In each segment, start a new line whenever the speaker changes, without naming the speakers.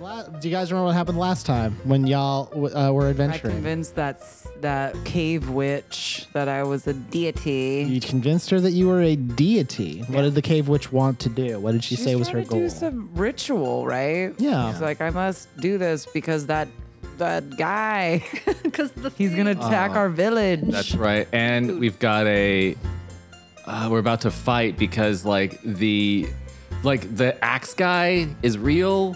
La- Do you guys remember what happened last time when y'all w- uh, were
I
adventuring?
convinced that s- that cave witch that I was a deity.
you convinced her that you were a deity. What did the cave witch want to do? What did she
She's
say was her
trying to
goal?
Do some ritual, right?
Yeah.
She's like, I must do this because that that guy,
Because the
he's gonna
Ah.
attack our village.
That's right. And we've got a. Uh, we're about to fight because like the, like the axe guy is real.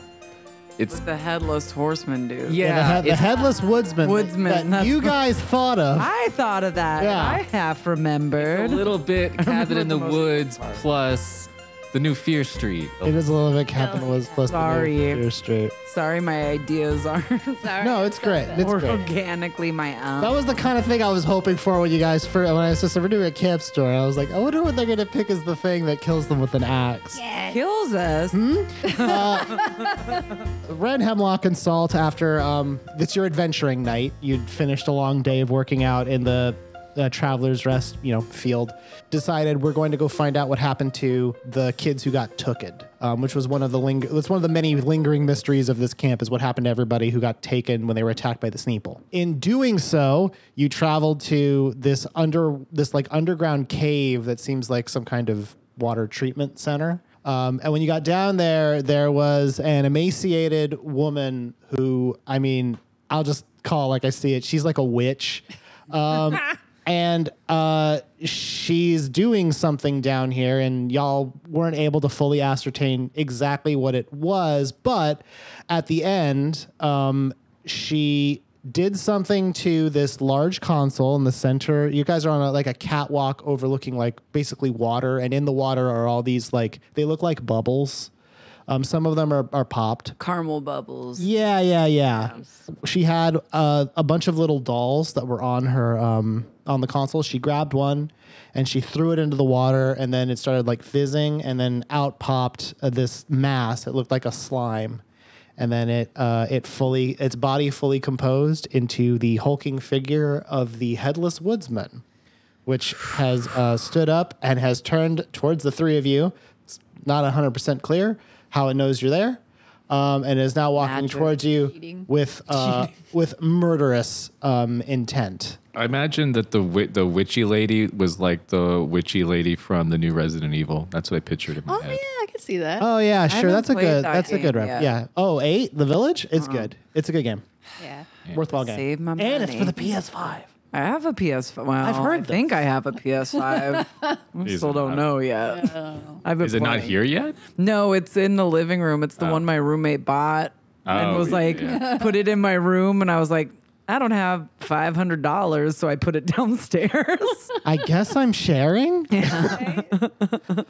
It's
the headless horseman dude.
yeah.
the, head- the
it's-
headless woodsman, that-
Woodsman,
that
that's-
you guys thought of.
I thought of that.
Yeah.
I half
a
remembered.
little bit cabin in the
the most
woods plus the new Fear Street.
it is a little bit Captain was plus
Sorry.
the You're straight.
Sorry, my ideas aren't
Sorry,
No, it's great. It's
or
great.
organically my own.
That was the kind of thing I was hoping for when you guys first, when I was just, we're doing a camp store. I was like, I wonder what they're gonna pick as the thing that kills them with an axe.
kills us.
Hmm? Red Hemlock and Salt, after um, it's your adventuring night, you'd finished a long day of working out in the uh, Traveler's Rest, you know, field. Decided we're going to go find out what happened to the kids who got tooken, um, which was one of the ling- It's one of the many lingering mysteries of this camp is what happened to everybody who got taken when they were attacked by the Sneeple. In doing so, you traveled to this under this like underground cave that seems like some kind of water treatment center. Um, and when you got down there, there was an emaciated woman who, I mean, I'll just call like I see it. She's like a witch. Um, and uh, she's doing something down here, and y'all weren't able to fully ascertain exactly what it was. But at the end, um, she did something to this large console in the center. You guys are on a, like a catwalk overlooking like basically water, and in the water are all these like they look like bubbles. Um, some of them are, are popped.
Caramel bubbles.
Yeah, yeah, yeah. She had uh, a bunch of little dolls that were on her um, on the console. She grabbed one and she threw it into the water, and then it started like fizzing, and then out popped uh, this mass. It looked like a slime, and then it uh, it fully its body fully composed into the hulking figure of the headless woodsman, which has uh, stood up and has turned towards the three of you. It's not hundred percent clear how it knows you're there. Um, and is now walking
Magic.
towards you with uh, with murderous um, intent.
I imagine that the wi- the witchy lady was like the witchy lady from the new Resident Evil. That's what I pictured in my
Oh yeah,
head.
I could see that.
Oh yeah, sure.
haven't
That's a
played
good.
that
That's a good
game
rep.
yet. Uh-huh.
Yeah. Oh eight, the village. It's good. It's a good game.
yeah.
Worthwhile game.
Save my money.
and it's for the PS5.
I have a PS5. Well, I've
heard
heard. I think I have a PS5. I
Is
still
it
don't
not-
know yet. I've been
Is it not
playing.
here yet?
No, it's in the living room. It's the one my roommate bought and
Oh,
was like,
yeah.
put it in my room. And I was like, I don't have five hundred dollars, so I put it downstairs.
I guess I'm sharing.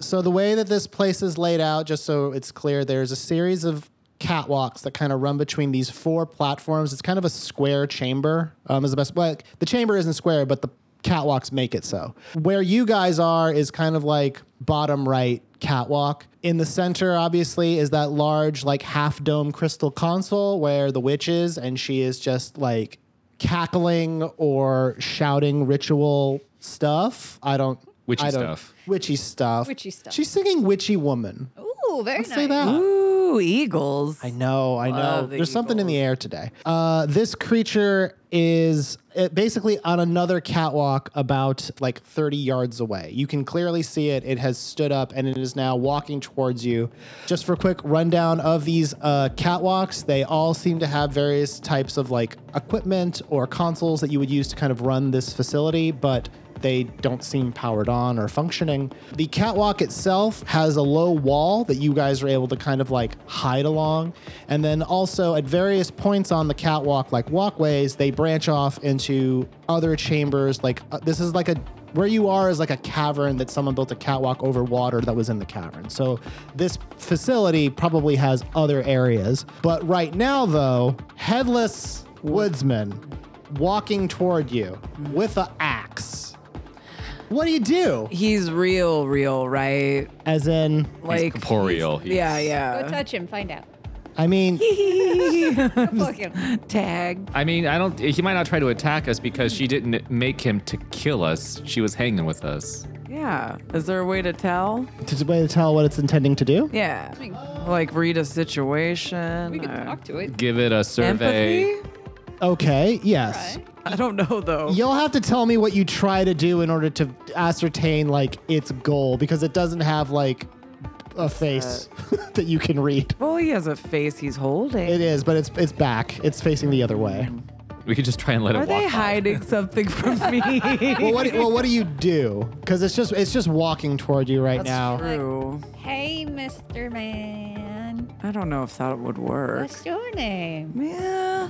so the way that this place is laid out, just so it's clear, there's a series of catwalks that kind of run between these four platforms. It's kind of a square chamber. Um, is the best. Well, the chamber isn't square, but the catwalks make it so. Where you guys are is kind of like bottom right catwalk. In the center, obviously, is that large, like half dome crystal console where the witch is, and she is just like cackling or shouting ritual stuff. I don't.
Witchy
I don't-
stuff.
Witchy stuff.
Witchy stuff.
She's singing "Witchy Woman."
Ooh, very nice.
Say that.
Ooh, eagles.
I know, I know.
Love the
There's something in the air today. Uh, this creature is uh, basically on another catwalk about like 30 yards away. You can clearly see it. It has stood up and it is now walking towards you. Just for a quick rundown of these uh, catwalks, they all seem to have various types of like equipment or consoles that you would use to kind of run this facility, but they don't seem powered on or functioning. The catwalk itself has a low wall that you guys are able to kind of like hide along. And then also at various points on the catwalk, like walkways, they branch off into other chambers. Like uh, this is like a where you are is like a cavern that someone built a catwalk over water that was in the cavern. So this facility probably has other areas. But right now, though, headless woodsman walking toward you with an axe. What do you do?
He's real, real, right?
As in,
He's
Like,
corporeal. He's-
yeah,
Go
yeah.
touch him. Find out.
I mean,
Go poke him.
Tag.
I mean, I don't. He might not try to attack us because she didn't make him to kill us. She was hanging with us.
Yeah. Is there a way to tell?
It's a way to tell what it's intending to do.
Yeah.
I mean,
Like read a situation.
we can
or-
talk to it.
Give it a survey.
Empathy?
Okay, yes.
Try.
I don't know though.
You'll have to tell me what you try to do in order to ascertain like its goal because it doesn't have like a face that you can read.
Well, he has a face he's holding.
It is, but it's it's back. It's facing the other way.
We could just try and let
Are
it walk.
they
by.
hiding something from me?
Well, what, well, what do you do? Because it's just it's just walking toward you right
That's
now.
true.
Hey, Mr. Man.
I don't know if that would work.
What's your name?
Yeah.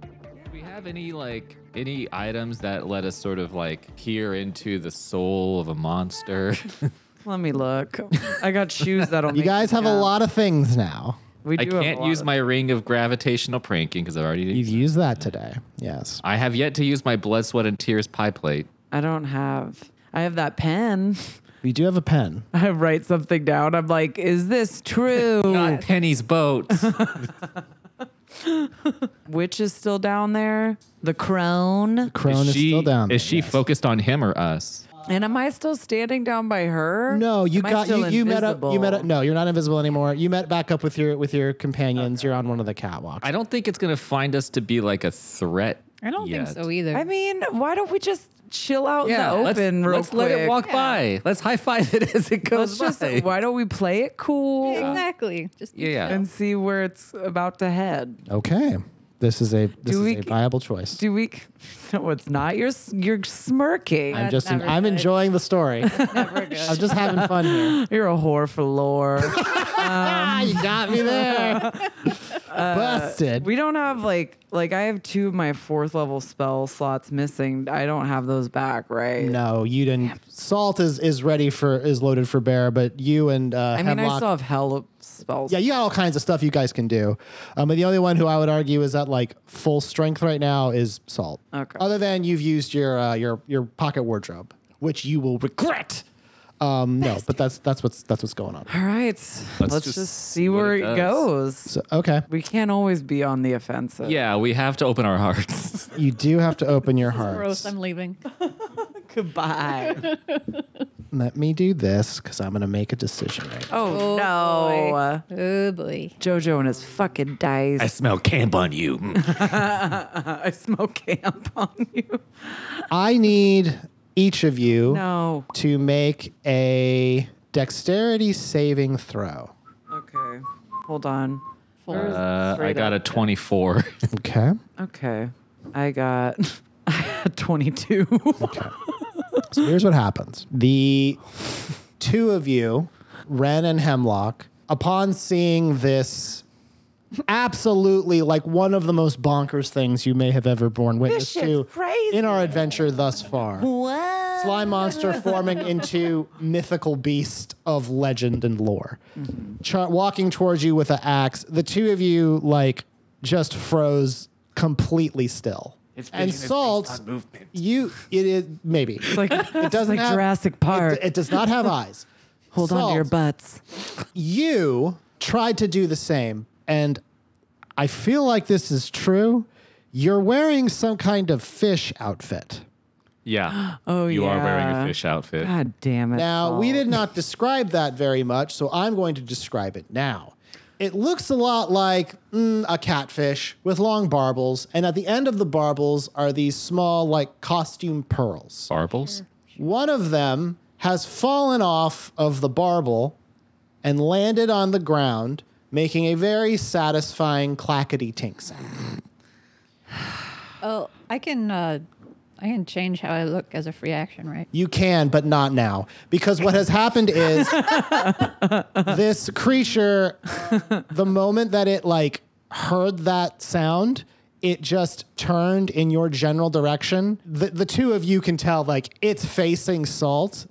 Do we have any like any items that let us sort of like peer into the soul of a monster?
Let me look. I got shoes that'll.
You guys have a lot of things now.
We do
I
have a
can't
lot
use
of-
my ring of gravitational pranking because I've already.
You've used that today. Yes.
I have yet to use my blood, sweat, and tears pie plate.
I don't have. I have that pen.
We do have a pen.
I write something down. I'm like, is this true?
Not Penny's boat.
Which is still down there. The crone.
Crone is,
she,
still down.
Is
there,
she
yes.
focused on him or us?
And am I still standing down by her?
No, you
Am I
got you,
still
you met up. You met up.
invisible?
No, you're not invisible anymore. You met back up with your with your companions. You're on one of the catwalks.
I don't think it's gonna find us to be like a threat.
I don't
yet.
think so either.
I mean, why don't we just chill out
Yeah,
in the
let's,
open real
let's
quick?
let it walk
Yeah.
by. Let's high five it as it
Let's
goes
just.
by.
Why don't we play it cool
exactly. Just be
Yeah.
chill.
and see where it's about to head?
Okay. This is a this
Do
is
we
a
g-
viable choice.
Do we? No, it's not. You're s- you're smirking.
I'm
That's
just
never
I'm
good.
enjoying the story.
Never good.
I'm just having fun here.
You're a whore for lore.
ah, you got me there. Busted.
Uh, we don't have like like I have two of my fourth level spell slots missing. I don't have those back, right?
no, you didn't. Salt is is ready for is loaded for bear, but you and uh,
I mean, I
Hemlock-
still have hell spells.
yeah, you got all kinds of stuff you guys can do. Um, but the only one who I would argue is at like full strength right now is Salt.
Okay.
Other than you've used your uh, your your pocket wardrobe, which you will regret. Um, no, but that's that's what's that's what's going on.
All right, let's,
just
just, see where
it
it,
does.
goes.
So okay,
We can't always be on the offensive.
Yeah, we have to open our hearts.
you do have to open your heart.
Gross. I'm leaving.
Goodbye.
Let me do this because I'm going to make a decision right now.
oh, no.
Oh, boy.
Jojo and his fucking dice.
I smell camp on you. Mm.
I smoke camp on you.
I need each of you
No.
to make a dexterity saving throw.
Okay. Hold on.
Four.
Uh, I
Straight
got a
up.
24.
Okay.
Okay. I got I had 22.
So here's what happens the two of you, Ren and Hemlock, upon seeing this. Absolutely, like one of the most bonkers things you may have ever borne witness
shit's
to
crazy.
in our adventure thus far.
what?
slime monster forming into mythical beast of legend and lore
Mm-hmm.
Char- walking towards you with an axe the two of you like just froze completely still and salt you it is maybe
It's like, it
doesn't
like
have-
Jurassic Park.
it, it does not have eyes
Hold on to your
Salt,
butts.
you tried to do the same and i feel like this is true you're wearing some kind of fish outfit
yeah.
Oh,
you
yeah.
are wearing a fish outfit.
God damn it.
Now, we
Salt.
did not describe that very much, so I'm going to describe it now. It looks a lot like mm, a catfish with long barbels, and at the end of the barbels are these small, like costume pearls.
Barbels?
One of them has fallen off of the barbel and landed on the ground, making a very satisfying clackety tink sound.
Oh,
I can uh, I can change how I look as a free action, right?
You can, but not now. Because what has happened is this creature, the moment that it like heard that sound, it just turned in your general direction. The, the two of you can tell, like, it's facing salt.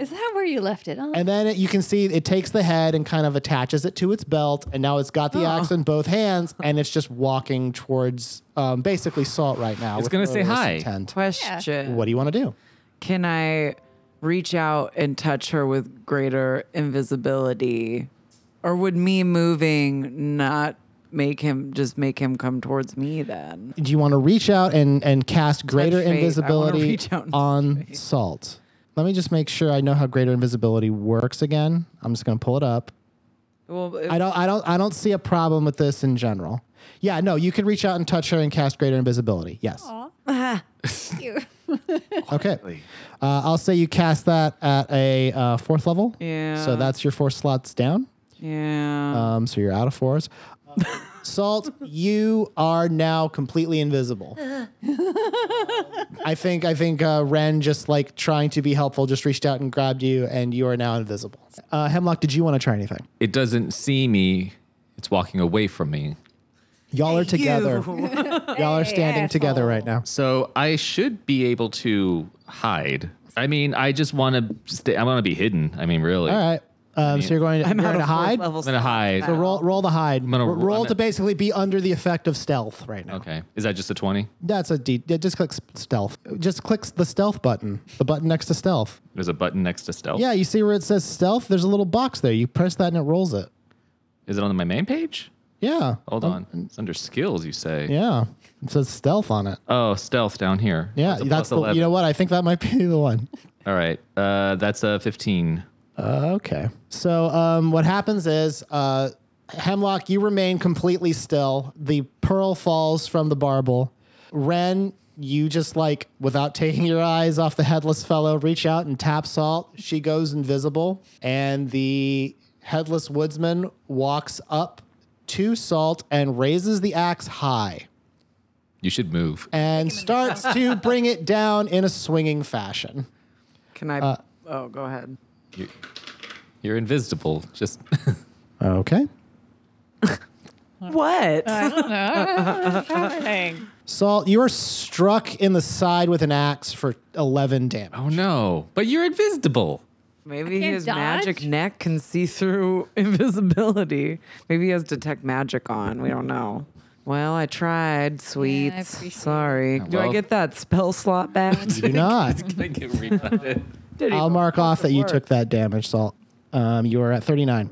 is that where you left it? Oh,
And then it, you can see it takes the head and kind of attaches it to its belt. And now it's got the
Oh.
axe in both hands and it's just walking towards um, basically salt right now.
It's
with
gonna say
murderous
hi.
intent.
Question.
What do you want to do?
Can I reach out and touch her with greater invisibility? Or would me moving not make him just make him come towards me then.
Do you want to reach out and, and cast greater
fate. I wanna
invisibility
reach out and touch
on Salt? Let me just make sure I know how greater invisibility works again. I'm just going to pull it up.
Well,
I don't I don't I don't see a problem with this in general. Yeah, no, you could reach out and touch her and cast greater invisibility. Yes.
You-
Okay. Uh, I'll say you cast that at a uh, fourth level.
Yeah.
So that's your four slots down.
yeah.
Um, so you're out of fours. Salt, you are now completely invisible. I think I think uh, Ren just like trying to be helpful just reached out and grabbed you, and you are now invisible. Uh, Hemlock, did you want to try anything?
It doesn't see me. It's walking away from me.
Y'all are together.
You.
Y'all are standing together right now.
So I should be able to hide. I mean, I just want to stay. I want to be hidden. I mean, really.
All right. Um, so you're going to,
I'm
you're
out
going
of
to hide.
Level
I'm gonna hide.
So roll roll the hide.
gonna-
R- roll
I'm
to
gonna-
basically be under the effect of stealth right now.
Okay. Is that just a twenty?
That's a D. Yeah, just click s- stealth. Just click the stealth button. The button next to stealth.
There's a button next to stealth.
Yeah, you see where it says stealth? There's a little box there. You press that and it rolls it.
Is it on my main page?
Yeah.
Hold on. It's under skills. You say.
Oh. Yeah. It says stealth on it.
Oh, stealth down here.
Yeah,
It's a
that's
plus
the, you know what? I think that might be the one.
All right. Uh, that's a fifteen.
Uh, Okay. So um, what happens is, uh, Hemlock, you remain completely still. The pearl falls from the barbel. Ren, you just like, without taking your eyes off the headless fellow, reach out and tap salt. She goes invisible, and the headless woodsman walks up to salt and raises the axe high
You should move.
and starts to bring it down in a swinging fashion.
Can I? oh, go ahead.
You're, you're invisible. Just
Okay.
What?
Salt, you are struck in the side with an axe for 11 damage.
oh no. But you're invisible.
Maybe
can't
his
dodge?
magic neck can see through invisibility. Maybe he has detect magic on. We don't know. Well, I tried, sweet.
appreciate it.
Sorry. Do I
well-
get that spell slot back?
You do not.
I get redundant.
Did he-
I'll mark off that you
work.
took that damage, Salt. Um, you are at 39.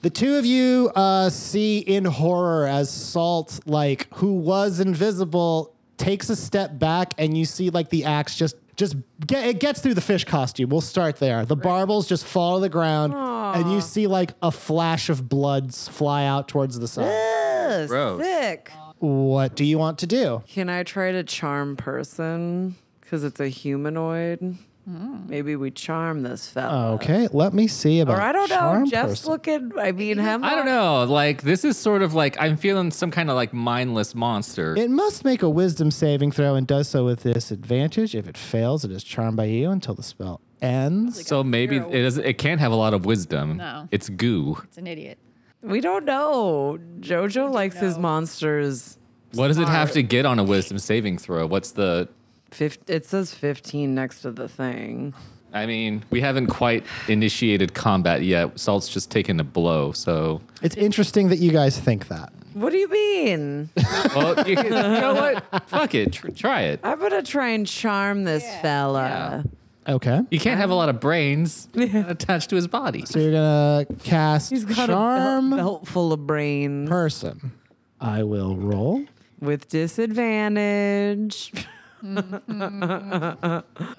The two of you uh, see in horror as Salt, like, who was invisible, takes a step back, and you see, like, the axe just. Just get it gets through the fish costume. We'll start there. The barbels just fall to the ground, and you see like a flash of blood s- fly out towards the sun.
Ugh,
Gross.
Sick.
what do you want to do?
Can I try to charm person? Because it's a humanoid. Maybe we charm this fella.
Okay, let me see about.
or I don't know.
Oh, charm
Jeff's
person.
looking. I mean, him.
I don't know. Like this is sort of like I'm feeling some kind of like mindless monster.
It must make a wisdom saving throw and does so with disadvantage. If it fails, it is charmed by you until the spell ends.
so maybe it is, it can't have a lot of wisdom.
No.
It's goo.
It's an idiot.
We don't know. Jojo likes his monsters.
What does it have to get on a wisdom saving throw? What's the
Fif- it says 15 next to the thing.
I mean, we haven't quite initiated combat yet. Salt's just taken a blow, so
It's interesting that you guys think that.
What do you mean?
well, you, you know what? Fuck it, tr- try it.
I'm gonna try and charm this fella.
Okay.
You can't have a lot of brains attached to his body.
So you're gonna cast
He's got
charm
a belt, belt full of brains
person. I will roll.
with disadvantage.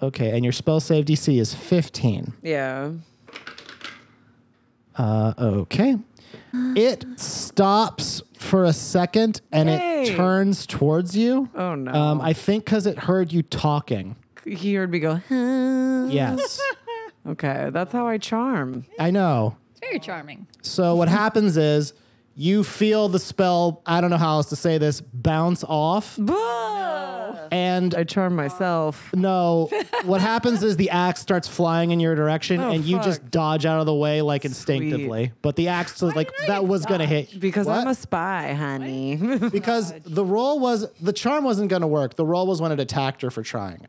Okay, and your spell save DC is 15.
yeah.
Uh, okay. It stops for a second and
Yay.
it turns towards you.
Oh no.
Um, I think because it heard you talking.
he heard me go. Huh.
Yes.
Okay, that's how I charm.
I know.
It's very charming.
So what happens is you feel the spell, I don't know how else to say this, bounce off. And
I charm myself.
no, what happens is the axe starts flying in your direction and you just
Oh, fuck.
dodge out of the way like instinctively. But the axe was like that was going to hit
Because
What?
I'm a spy, honey.
because the roll was the charm wasn't going to work. The roll was when it attacked her for trying.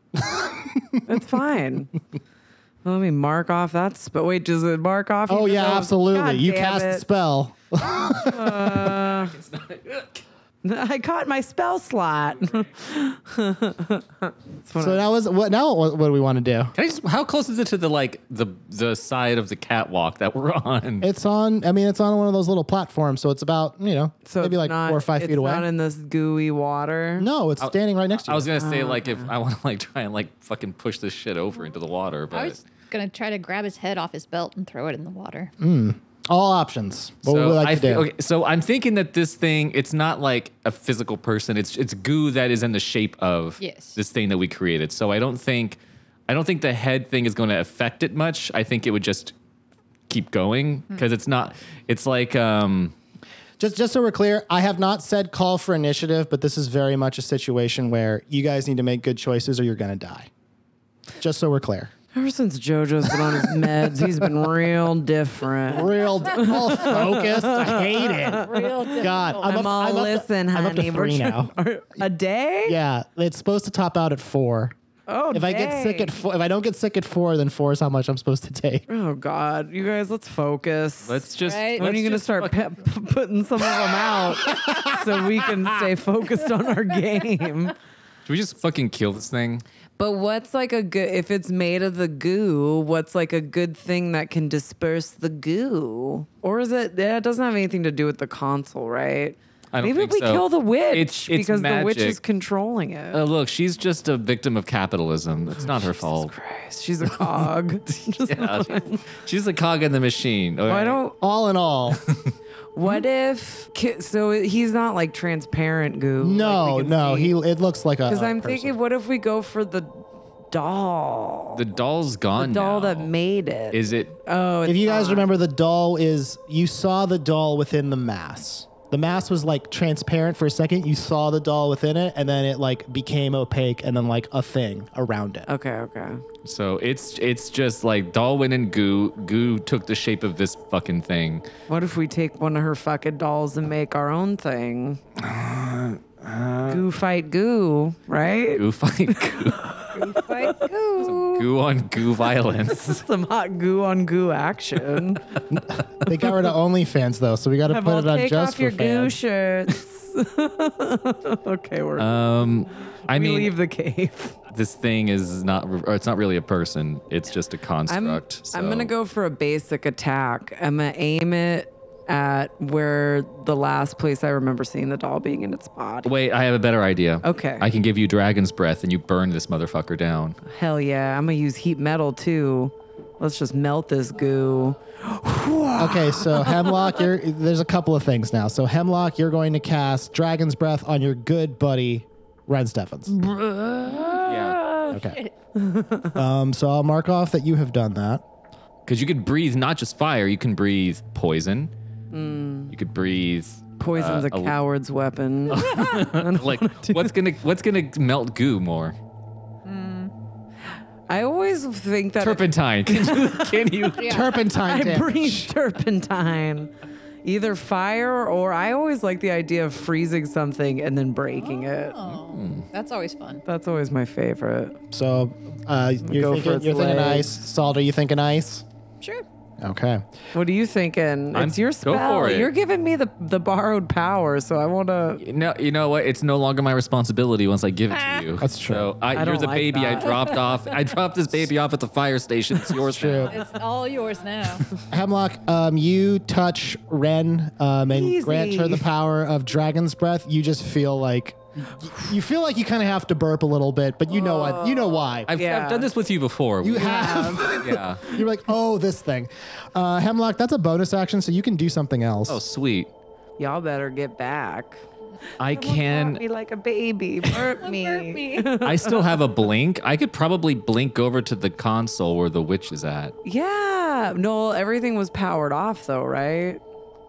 That's fine. Let me mark off that. But wait, does it mark off?
Oh
even
yeah,
though-
absolutely.
God
you
damn
cast the
it.
spell.
I caught my spell slot.
So that was what. Now what, what do we want to do?
Can I just, how close is it to the like the the side of the catwalk that we're on?
It's on. I mean, it's on one of those little platforms, so it's about you know
So
maybe
it's
like
not-
four or five
it's
feet away.
Not in this gooey water.
no, it's standing right next to you.
I was gonna say like if I want to like try and like fucking push this shit over into the water, but
Uh. I was gonna try to grab his head off his belt and throw it in the water.
All options. What would
so
we like
I
to
thi-
do?
okay, so I'm thinking that this thing it's not like a physical person. It's it's goo that is in the shape of
Yes.
this thing that we created. So I don't think I don't think the head thing is going to affect it much. I think it would just keep going
Hmm.
because it's not. It's like um
Just just so we're clear, I have not said call for initiative, but this is very much a situation where you guys need to make good choices or you're gonna die. Just so we're clear.
Ever since JoJo's been on his meds, he's been real different.
Real all focused. I hate it.
Real
God, I'm,
I'm
up,
all
I'm up to-
listen,
I'm up to
honey. we're
three
trying-
now.
A day?
Yeah, it's supposed to top out at four.
Oh,
If I get sick
dang.
at four, if I don't get sick at four, then four is how much I'm supposed to take.
Oh God, you guys, let's focus.
let's just
Right.
when are
let's
you going to
just
start
fuck-
pe- p- putting some of them out so we can stay focused on our game?
should we just fucking kill this thing?
But what's like a good if it's made of the goo? What's like a good thing that can disperse the goo? Or is it? Yeah, it doesn't have anything to do with the console, right?
I don't
Maybe
think
we
so.
kill the witch
It's- it's
because the witch
magic.
is controlling it.
Uh, look, she's just a victim of capitalism. It's not her fault.
Christ, she's a cog.
Yeah, she's, she's a cog in the machine. all
Why
right?
don't
All in all,
What if? ki- So he's not like transparent goo.
no, no, he. It looks like a.
Because
a
I'm
person.
thinking, what if we go for the doll?
the doll's gone?
doll
now.
that made it.
is it?
oh, it's
If you guys
not.
remember, the doll is you saw the doll within the mass. The mass was like transparent for a second. You saw the doll within it, and then it like became opaque, and then like a thing around it.
Okay, okay.
So it's it's just like doll went in goo. Goo took the shape of this fucking thing.
What if we take one of her fucking dolls and make our own thing?
Uh,
goo fight goo, right?
Goo fight goo,
Like, ooh.
goo on goo violence.
Some hot goo on goo action.
They got rid of OnlyFans though, so we got to put
Well,
it on
take
just
off your
for
goo
fans.
shirts. okay, we're
Um, I
we
mean,
leave the cave.
this thing is not. Or it's not really a person. It's just a
I'm,
construct.
I'm
so-
gonna go for a basic attack. I'm gonna aim it at where the last place I remember seeing the doll being in its body.
Wait, I have a better idea.
Okay.
I can give you dragon's breath, and you burn this motherfucker down.
Hell yeah, I'm gonna use heat metal too. Let's just melt this goo.
Okay, so Hemlock, you're there's a couple of things now. So Hemlock, you're going to cast Dragon's Breath on your good buddy Ren Steffens.
Yeah.
Okay. Um, so I'll mark off that you have done that.
Because you could breathe not just fire. You can breathe poison.
Mm.
You could breathe
Poison's
Uh,
a
a-
coward's weapon.
like what's gonna what's gonna melt goo more
I always think that
turpentine can you can you
Turpentine.
I
damage.
breathe turpentine. Either fire or I always like the idea of freezing something and then breaking it.
That's always fun.
That's always my favorite.
So uh,
go
you're,
for
thinking,
its
you're thinking ice.
legs.
Salt, are you thinking ice?
Sure.
Okay.
What are you thinking?
I'm-
it's your
go
spell.
for it.
You're giving me the, the borrowed power, so I want to.
no you know what it's no longer my responsibility once i give it to you
That's true.
so I,
Ah. I
you're
don't
the
like
baby
that.
i dropped off i dropped this baby off at the fire station it's yours
True.
now.
It's all yours now.
Hemlock, um, you touch Ren um, and
Easy.
grant her the power of Dragon's Breath. You just feel like you feel like you kind of have to burp a little bit, but you know what? You know why?
I've,
Yeah.
I've done this with you before
you have.
yeah
You're like, oh, this thing. Uh, Hemlock, that's a bonus action, so you can do something else.
oh sweet
Y'all better get back.
i
Burp
can
me like a baby. Burp me.
i still have a blink i could probably blink over to the console where the witch is at
Yeah. No, everything was powered off though, right?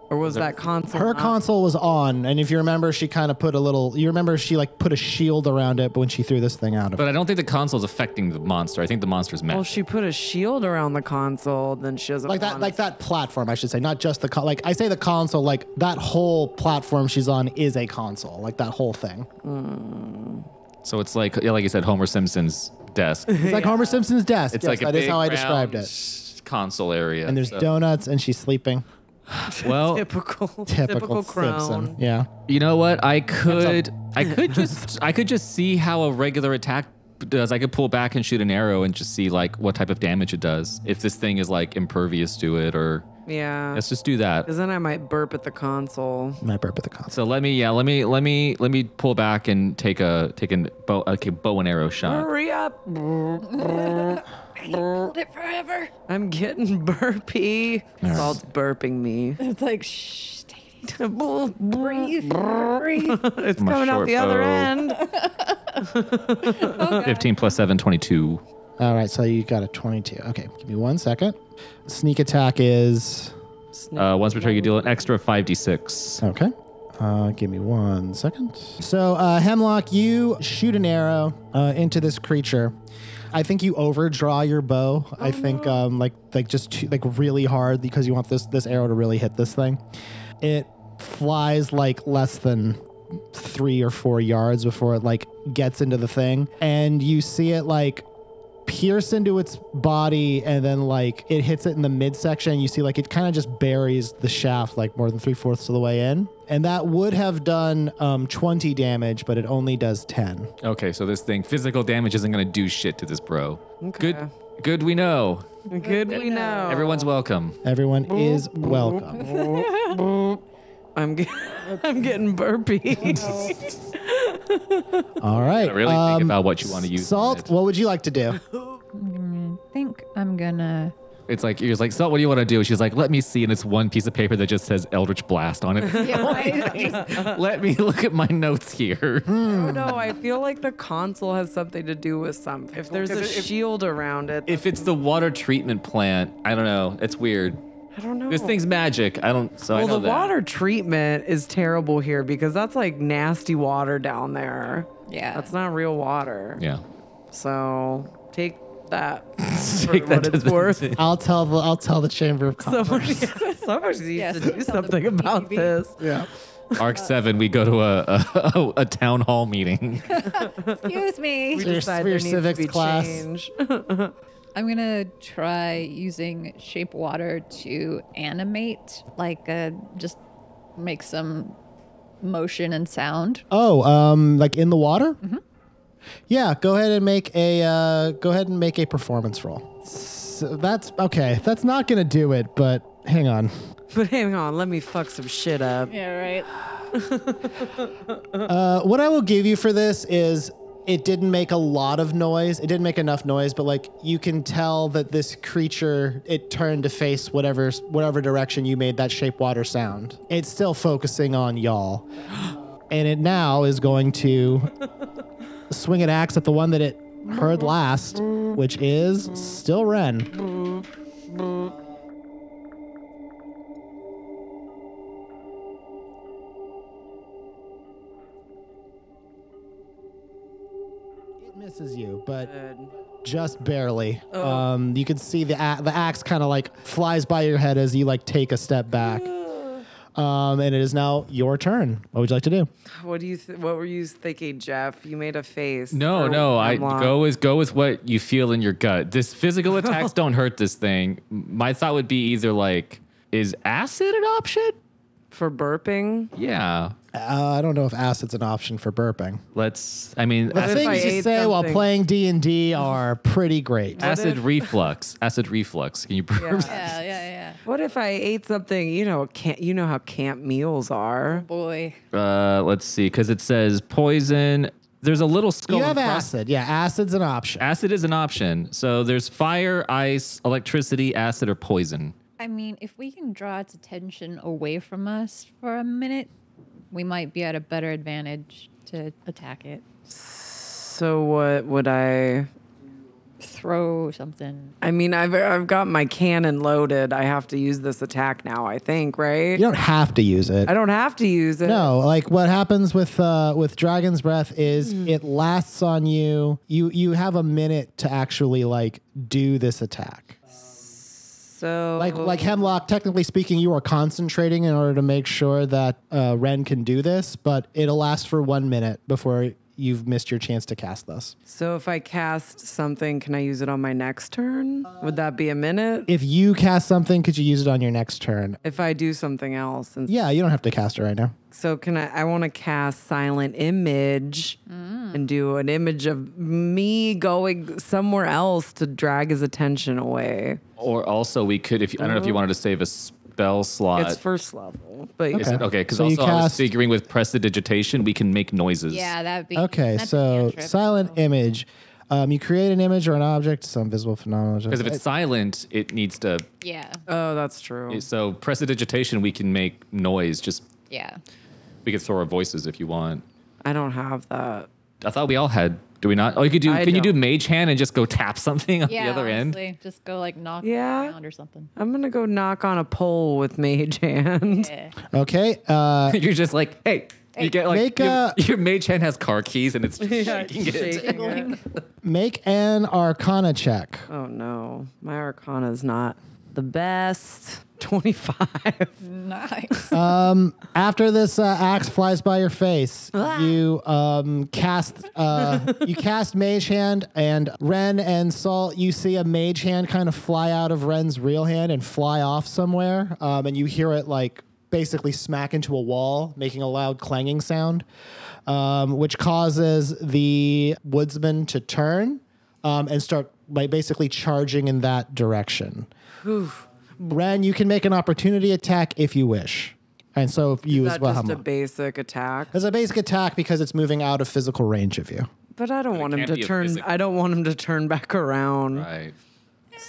Or was that console?
her
not?
console was on, and if you remember, she kind of put a little. You remember she like put a shield around it, but when she threw this thing out of
but i don't think the console's affecting the monster i think the monster's mad
Well, she put a shield around the console. Then she doesn't
like that
want
like that platform i should say not just the con- like i say the console like that whole platform she's on is a console like that whole thing
so it's like yeah, like you said homer simpson's desk
it's like homer simpson's desk
It's
yes
like a
that
big
is how i described
round
it
Console area.
and there's
so-
donuts and she's sleeping
Well,
Typical.
Typical, Simpson.
crown.
Yeah.
You know what? I could, I could just, I could just see how a regular attack does. I could pull back and shoot an arrow and just see like what type of damage it does. If this thing is like impervious to it, or
Yeah.
let's just do that.
Because then I might burp at the console.
My burp at the console.
So let me, yeah, let me, let me, let me pull back and take a, take a bow, okay, bow and arrow shot.
Hurry up.
Hold it forever.
I'm getting burpy. Salt's burping me.
It's like, shh, Davey,
it's
breathe, breathe.
My
coming out
short
the other
bow.
end.
Fifteen plus seven, 22.
All right, so you got a 22. Okay, give me one second. Sneak attack is.
Uh, once per turn, you deal an extra five d six.
Okay. Uh, give me one second. So, uh, Hemlock, you shoot an arrow uh, into this creature. I think you overdraw your bow. I think um, like like just too, like really hard because you want this this arrow to really hit this thing. It flies like less than three or four yards before it like gets into the thing, and you see it like pierce into its body and then like it hits it in the midsection. You see like it kind of just buries the shaft like more than three fourths of the way in. And that would have done um, 20 damage, but it only does 10.
Okay, so this thing, physical damage isn't gonna do shit to this bro.
Okay.
Good, good. We know.
Good we know.
Everyone's welcome.
Everyone is welcome.
I'm, get, I'm getting burpy.
All right.
Really
um,
think about what you want to use. on
Salt,
it.
what would you like to do?
I think I'm gonna.
It's like you're just like, so what do you want to do? She's like, let me see, and it's one piece of paper that just says Eldritch Blast on it.
Yeah, I-
let me look at my notes here.
Oh, no, I feel like the console has something to do with something. If there's a shield around it,
if it's the water treatment plant, I don't know. It's weird.
I don't know.
This thing's magic. I don't. So I
well,
know
the
that.
water treatment is terrible here because that's like nasty water down there.
Yeah.
That's not real water.
Yeah.
So take that for what
Take that
it's
to the-
worth.
I'll tell the I'll tell the chamber of commerce.
Somebody, somebody needs
Yes,
to do
tell the
something about
PTV.
this.
Yeah.
Arc seven. We go to a a, a town hall meeting.
Excuse me.
We
Your-
decide
your
there needs to
civics
be
class.
change.
I'm gonna try using shape water to animate, like uh, just make some motion and sound.
Oh, um, like in the water? Yeah, go ahead and make a uh, go ahead and make a performance roll. So that's okay. That's not gonna do it, but hang on.
But hang on, let me fuck some shit up.
Yeah, right.
Uh, what I will give you for this is it didn't make a lot of noise. It didn't make enough noise, but like you can tell that this creature it turned to face whatever whatever direction you made that shape water sound. It's still focusing on y'all, and it now is going to swing an axe at the one that it heard last, which is still Ren. It misses you, but
Good.
just barely. Um, you can see the a- the axe kind of like flies by your head as you like take a step back. Um, and it is now your turn. What would you like to do?
What do you? Th- what were you thinking, Jeff? You made a face.
No,
Or
no. I
Hemlock.
go with go with what you feel in your gut. This physical attacks don't hurt this thing. My thought would be either like, is acid an option?
for burping.
Yeah.
Uh, I don't know if acid's an option for burping.
Let's. I mean,
The
acid,
if I
things you
ate
say while
something?
playing D and D are pretty great.
acid reflux. Acid reflux. Can you? burp?
Yeah, yeah, yeah.
What if I ate something? You know, camp, you know how camp meals are.
Boy,
Uh, let's see, because it says poison. There's a little skull.
You
and
have
cross-
acid. Yeah, acid's an option.
Acid is an option. So there's fire, ice, electricity, acid, or poison.
I mean, if we can draw its attention away from us for a minute, we might be at a better advantage to attack it.
So what would I?
Throw something.
I mean, I've I've got my cannon loaded. I have to use this attack now. I think, right?
You don't have to use it.
I don't have to use it.
No, like what happens with uh, with Dragon's Breath is
Hmm.
it lasts on you. You you have a minute to actually like do this attack.
So
Like like Hemlock, technically speaking, you are concentrating in order to make sure that uh, Ren can do this, but it'll last for one minute before you've missed your chance to cast thus.
So if I cast something, can I use it on my next turn? Would that be a minute?
If you cast something, could you use it on your next turn?
If I do something else, and
Yeah, you don't have to cast it right now.
so can I? I want to cast silent image and do an image of me going somewhere else to drag his attention away.
Or also, we could, if you, I don't know if you wanted to save a spell slot.
it's first level, but
Is it- okay, because
So you
also I was
cast-
figuring with prestidigitation, we can make noises.
Yeah, that'd be
Okay,
that'd be
so
a trip.
silent image. Um, you create an image or an object, some visible phenomenon.
Because if it's silent, it needs to.
Yeah,
oh, that's true.
So prestidigitation, we can make noise. Just
yeah.
we could throw our voices if you want.
I don't have that.
I thought we all had. Do we not? Oh, you could do.
I
can you do
don't.
mage hand and just go tap something on
Yeah,
the other end?
honestly, just go like knock
Yeah.
around or something.
I'm gonna go knock on a pole with Mage Hand.
Yeah.
okay, uh,
You're just like, hey, you get like
Make
your,
a-
your mage hand has car keys and it's just shaking it.
Shaking it.
make an Arcana check.
Oh no, my Arcana is not the best. 25.
Nice.
After this uh, axe flies by your face, you um, cast uh, you cast Mage Hand and Ren and Salt. You see a Mage Hand kind of fly out of Ren's real hand and fly off somewhere, um, and you hear it like basically smack into a wall, making a loud clanging sound, um, which causes the woodsman to turn um, and start like basically charging in that direction. Ren, you can make an opportunity attack if you wish. And so if you as
That's
well.
just a
Hamlet.
basic attack.
As a basic attack because it's moving out of physical range of you.
But I don't want him
can't
to
be a
turn.
physical-
I don't want him to turn back around.
Right.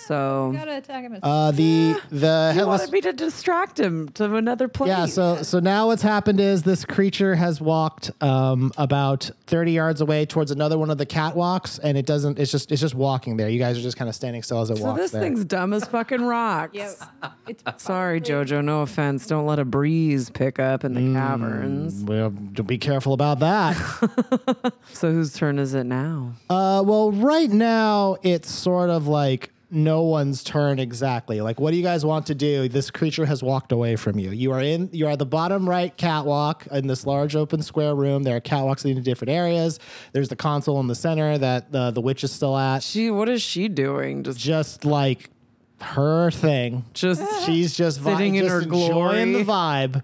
So
gotta attack him.
Uh, the the
I
headless
wanted me to distract him to another place.
yeah. So so now what's happened is this creature has walked um, about thirty yards away towards another one of the catwalks, and it doesn't. It's just it's just walking there. You guys are just kind of standing still as it
So
walks
this
there.
thing's dumb as fucking rocks.
it's
Sorry, Jojo. No offense. Don't let a breeze pick up in the caverns.
well, be careful about that.
So whose turn is it now?
Uh, well, right now it's sort of like no one's turn exactly. Like, what do you guys want to do? This creature has walked away from you. You are in. You are at the bottom right catwalk in this large open square room. There are catwalks leading to different areas. There's the console in the center that the the witch is still at.
She. What is she doing? Just,
Just like her thing.
just.
She's just vi-
Sitting in
just
her
enjoying
glory.
the vibe.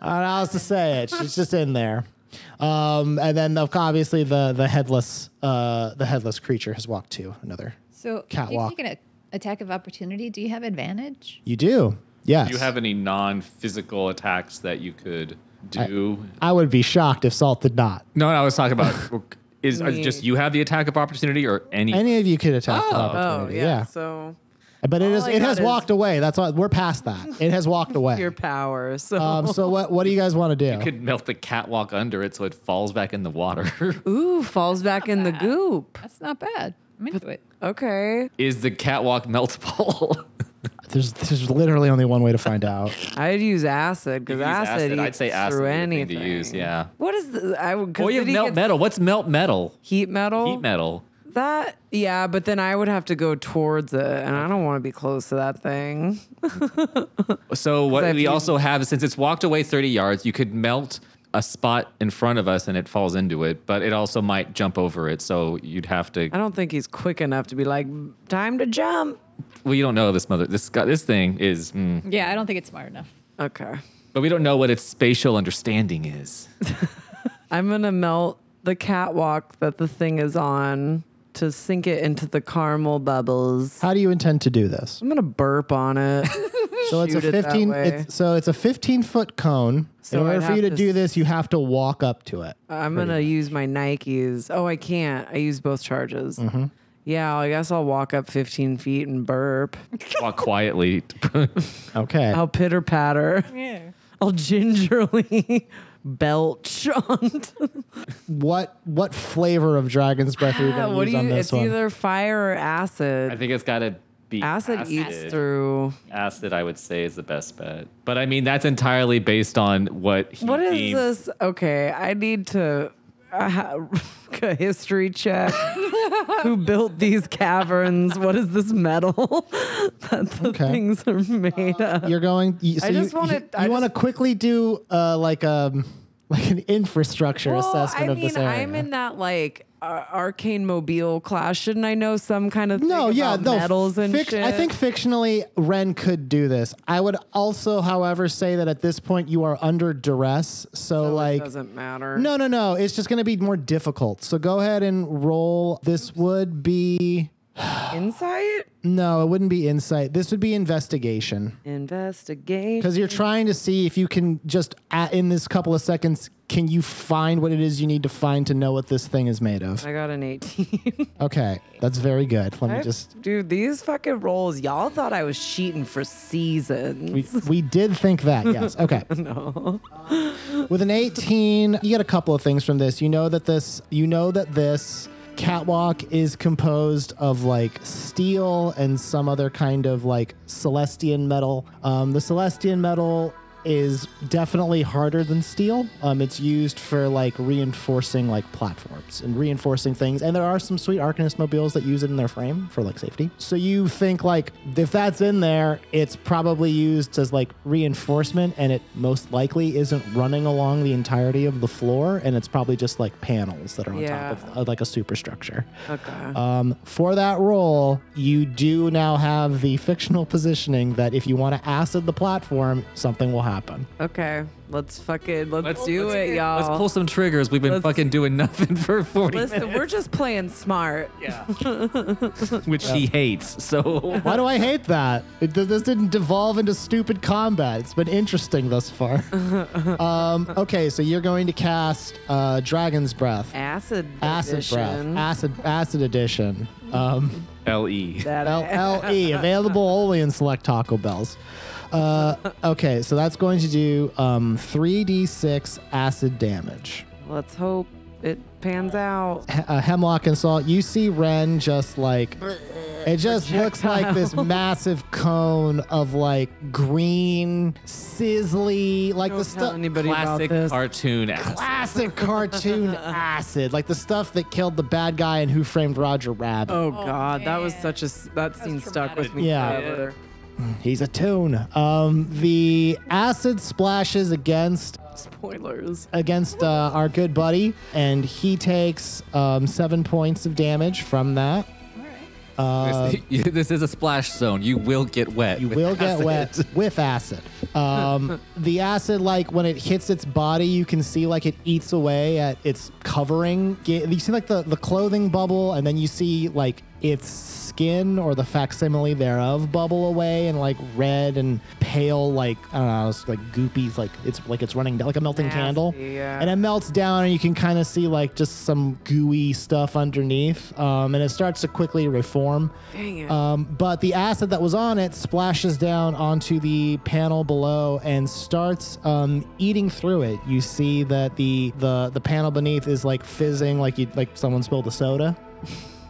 I don't know how else to say it. She's just in there. Um, and then the- obviously the the headless uh, the headless creature has walked to another.
so
uh, catwalk.
If you take an a- attack of opportunity, do you have advantage?
You do, yes.
Do you have any non-physical attacks that you could do?
I would be shocked if Salt did not.
no, I was talking about is, is just you have the attack of opportunity or any.
Any of you could attack the
Oh.
Oh
opportunity,
yeah.
yeah.
So
But it is
I
it
got
has
is-
walked away. That's all. We're past that. It has walked
your
away.
power. So.
Um, so what what do you guys want to do?
you could melt the catwalk under it so it falls back in the water.
Ooh, falls back in the goop.
That's not bad. I'm into it.
Okay.
is the catwalk meltable?
there's there's literally only one way to find out.
I'd use acid
You
because
could use
acid, eats
I'd say acid
through
would be the
anything
thing to use. Yeah.
What is the, I would
Or
because
you have
he
melt
gets Oh.
metal. What's melt metal?
heat metal.
Heat metal.
That yeah, but then I would have to go towards it, and I don't want to be close to that thing.
So what
if
we
you-
also have, since it's walked away 30 yards, you could melt a spot in front of us and it falls into it, but it also might jump over it. So you'd have to.
I don't think he's quick enough to be like, time to jump.
Well, you don't know this mother. This guy, this thing is. mm.
Yeah, I don't think it's smart enough.
Okay,
But we don't know what its spatial understanding is.
I'm gonna melt the catwalk that the thing is on to sink it into the caramel bubbles.
How do you intend to do this?
I'm gonna burp on it.
So it's a
shoot it that
15
way.
it's, so it's a 15 foot cone.
So
In order
I'd
for you to
have to
do
s- Uh,
this, you have to walk up to it.
I'm gonna use my Nikes. Oh, I can't. I use both charges.
Mm-hmm.
Yeah, I guess I'll walk up 15 feet and burp.
Walk quietly.
Okay.
I'll pitter patter.
Yeah.
I'll gingerly belch on.
What what flavor of dragon's breath are you going to
what
use
do
on
you?
this
It's
one?
either fire or acid.
I think it's got to be
acid, eats through.
Acid, I would say, is the best bet. But I mean, that's entirely based on what. He
What is
deems-
this? Okay, I need to uh, ha- a history check. Who built these caverns? What is this metal that the
Okay.
things are made of?
You're going you, so
I just
you,
wanna-
you,
I
want to
just-
quickly do uh like um like an infrastructure
Well,
assessment
I
of this
mean,
area.
I'm in that like ar- arcane mobile class. Shouldn't I know some kind of
no,
thing
yeah,
about
no.
metals and
fic-
shit?
I think fictionally, Ren could do this. I would also, however, say that at this point you are under duress, so,
So it
like.
doesn't matter.
No, no, no. It's just going to be more difficult. So go ahead and roll. This would be
insight,
no, it wouldn't be insight. This would be investigation
investigation.
because you're trying to see if you can just at, in this couple of seconds can you find what it is you need to find to know what this thing is made of.
I got an 18.
Okay, that's very good. Let me just.
Dude, these fucking rolls, y'all thought I was cheating for seasons.
We, we did think that, yes. Okay.
no.
With an 18, you get a couple of things from this. You know that this, you know that this catwalk is composed of like steel and some other kind of like celestian metal. Um, the celestian metal is definitely harder than steel. Um, it's used for like reinforcing like platforms and reinforcing things. And there are some sweet Arcanist mobiles that use it in their frame for like safety. So you think like if that's in there, it's probably used as like reinforcement and it most likely isn't running along the entirety of the floor and it's probably just like panels that are on
Yeah.
top of, of like a superstructure.
Okay.
Um, for that role, you do now have the fictional positioning that if you want to acid the platform, something will happen.
Okay. Let's fucking let's, do
let's-
it, y'all.
Let's pull some triggers. We've been
Let's-
fucking doing nothing for 40
Listen, we're just playing smart.
minutes, which she hates. So
Why do I hate that? It, th- this didn't devolve into stupid combat. It's been interesting thus far. um, okay, so you're going to cast uh, Dragon's Breath,
Acid.
Acid
edition.
Breath, Acid Acid Edition. Um,
L-E.
That
LLE, E. available only in select Taco Bells. Uh, okay, so that's going to do um, 3d6 acid damage.
Let's hope it pans out.
H- uh, Hemlock and Salt, you see Ren just like. It just looks like this massive cone of like green, sizzly, like the
Don't tell
stuff.
anybody
Classic
about this.
cartoon ass.
Classic cartoon acid, like the stuff that killed the bad guy in Who Framed Roger Rabbit.
Oh, God, that was
man.
such a s- that scene stuck with
traumatic.
me
Yeah.
forever.
He's a tune. Um, the acid splashes against
Spoilers.
against uh, our good buddy, and he takes um, seven points of damage from that.
All right.
Uh,
This- this is a splash zone. You will get wet.
you
with
will get
acid.
wet with acid. Um, the acid, like when it hits its body, you can see like it eats away at its covering. Ge- You see like the, the clothing bubble, and then you see like its skin or the facsimile thereof bubble away and like red and pale, like I don't know, it's like goopy, like it's like it's running down like a melting
Nasty,
candle.
yeah.
And it melts down, and you can kind of see like just some gooey stuff underneath. Um, and it starts to quickly reform.
Dang it.
Um, but the acid that was on it splashes down onto the panel below and starts um, eating through it. You see that the the the panel beneath is like fizzing, like you like someone spilled a soda.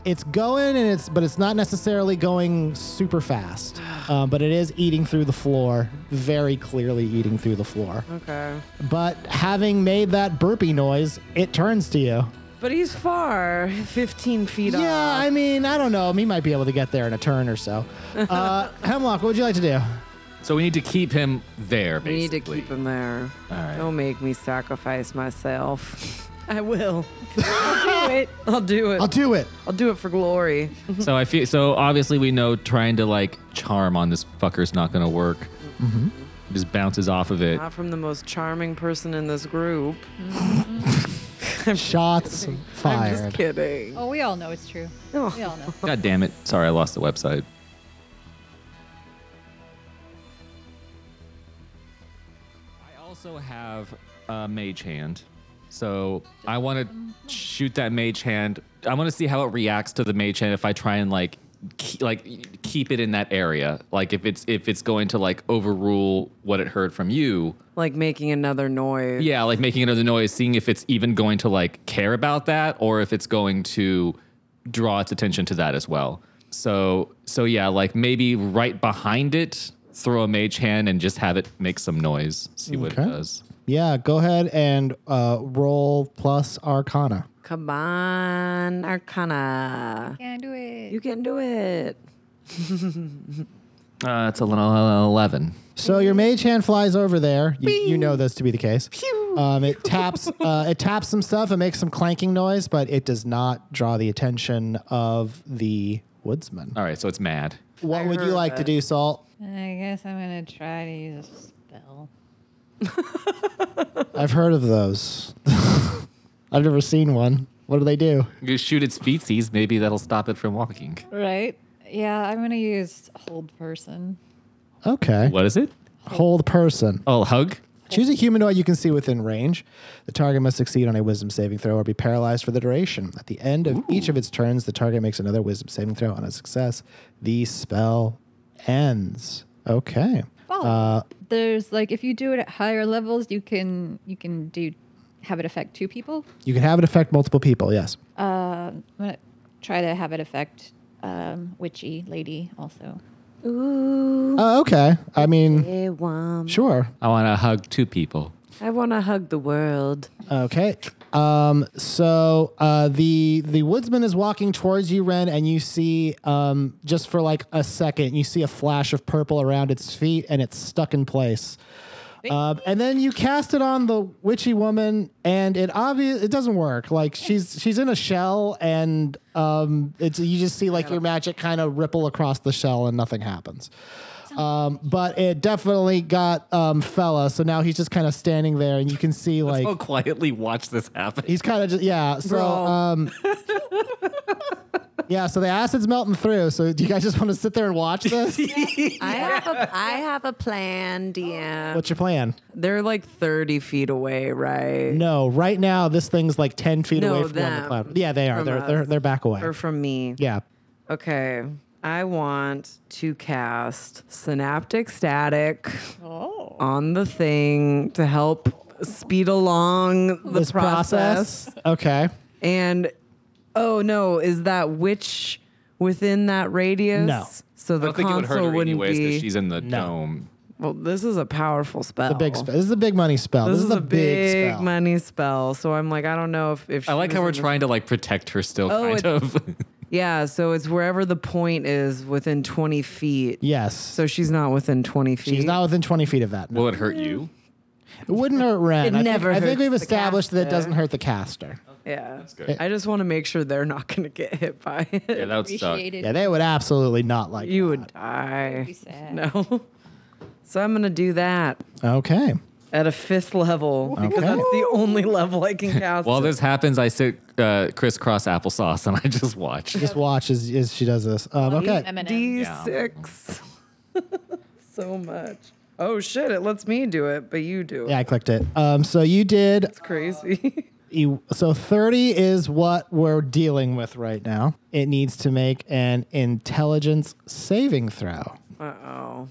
It's going and it's but it's not necessarily going super fast. Um, but it is eating through the floor, very clearly eating through the floor.
okay.
But having made that burpee noise, it turns to you.
But he's far, 15 feet off.
Yeah, I mean, I don't know. He might be able to get there in a turn or so. Uh, Hemlock, what would you like to do?
So we need to keep him there,
We need to
basically.
keep him there.
All right.
Don't make me sacrifice myself. I will. I'll do it. I'll do it.
I'll
I'll,
do it.
do it for glory.
So I feel so obviously we know trying to like charm on this fucker's not gonna work.
Mm-hmm.
Just bounces off of it.
Not from the most charming person in this group.
Shots
I'm just
fired.
kidding.
Oh, we all know it's true.
Oh.
We all know.
God damn it! Sorry, I lost the website. I also have a mage hand, so I want to shoot that mage hand. I want to see how it reacts to the mage hand if I try and like, keep, like keep it in that area. Like if it's if it's going to like overrule what it heard from you.
Like making another noise.
Yeah, like making another noise, seeing if it's even going to like care about that or if it's going to draw its attention to that as well. So, so yeah, like maybe right behind it, throw a mage hand and just have it make some noise. See what
Okay.
it does.
Yeah, go ahead and uh, roll plus Arcana.
Come on, Arcana.
Can't do it.
You can do it.
Uh, it's a little uh, 11.
So your mage hand flies over there. You, you know this to be the case. Um, it taps uh, it taps some stuff. It makes some clanking noise, but it does not draw the attention of the woodsman.
All right, so it's mad.
What would you
heard
like to
that.
do, Salt?
I guess I'm gonna try to use a spell.
I've heard of those. I've never seen one. What do they do?
You shoot its feetsies, maybe that'll stop it from walking.
Right? Yeah, I'm gonna use hold person.
Okay.
What is it?
Hold person.
Oh, hug?
Choose a humanoid you can see within range. The target must succeed on a wisdom saving throw or be paralyzed for the duration. At the end of each of its turns, the target makes another wisdom saving throw on a success. The spell ends. Okay. Uh,
There's like if you do it at higher levels, you can you can do have it affect two people.
you can have it affect multiple people, yes.
Um I'm gonna try to have it affect um, witchy lady also.
Ooh.
Oh, okay. I mean,
Hey, Wom.
sure.
I want to hug two people.
I want to hug the world.
Okay. Um, so uh, the the woodsman is walking towards you, Ren, and you see um, just for like a second, you see a flash of purple around its feet, and it's stuck in place. Um, and then you cast it on the witchy woman, and it obvious it doesn't work. Like she's she's in a shell, and um, it's you just see like your magic kind of ripple across the shell, and nothing happens. Um, but it definitely got um, fella, so now he's just kind of standing there, and you can see like
I'll quietly watch this happen.
He's kind of just yeah. So
Bro.
um, yeah. So the acid's melting through. So do you guys just want to sit there and watch this?
I have a I have a plan, DM.
What's your plan?
They're like 30 feet away, right?
No, right now this thing's like ten feet
No,
away from the
them.
cloud. Yeah, they are.
From
They're
us.
they're they're back away.
Or from me.
Yeah.
Okay. I want to cast synaptic static on the thing to help speed along the
This process. Okay.
And oh no, is that witch within that radius?
No.
So the
I don't think it would
console
hurt her
wouldn't
anyways
be.
because she's in the dome.
well, this is a powerful spell.
The big. Spe- this is a big money spell.
Oh. This, is, a big,
spell.
money spell. So I'm like, I don't know if if
I like
she
how
was
we're
in the-
trying to like protect her still,
Oh,
kind
it's-
of.
Yeah. So it's wherever the point is within 20 feet.
Yes.
So she's not within 20 feet.
She's not within twenty feet of that.
Will it hurt you?
It wouldn't hurt Ren.
It
I
never
Think, I think
hurts
we've
the
established that it
caster.
doesn't hurt the caster.
Yeah. That's
good.
I just want to make sure they're not going to get hit by it.
Yeah, that would suck.
Appreciated.
Yeah, they would absolutely not like.
you would
be
die.
sad.
No. So I'm going to do that
Okay.
at a fifth level because
Okay.
that's the only level I can cast.
While
it.
this happens, I sit uh, crisscross applesauce and I just watch.
Just watch as, as she does this. Um, okay.
M&M.
D6. so much. Oh shit, it lets me do it, but you do it.
Yeah, I clicked it. Um, so you did
It's crazy.
You, so 30 is what we're dealing with right now. It needs to make an intelligence saving throw
uh oh.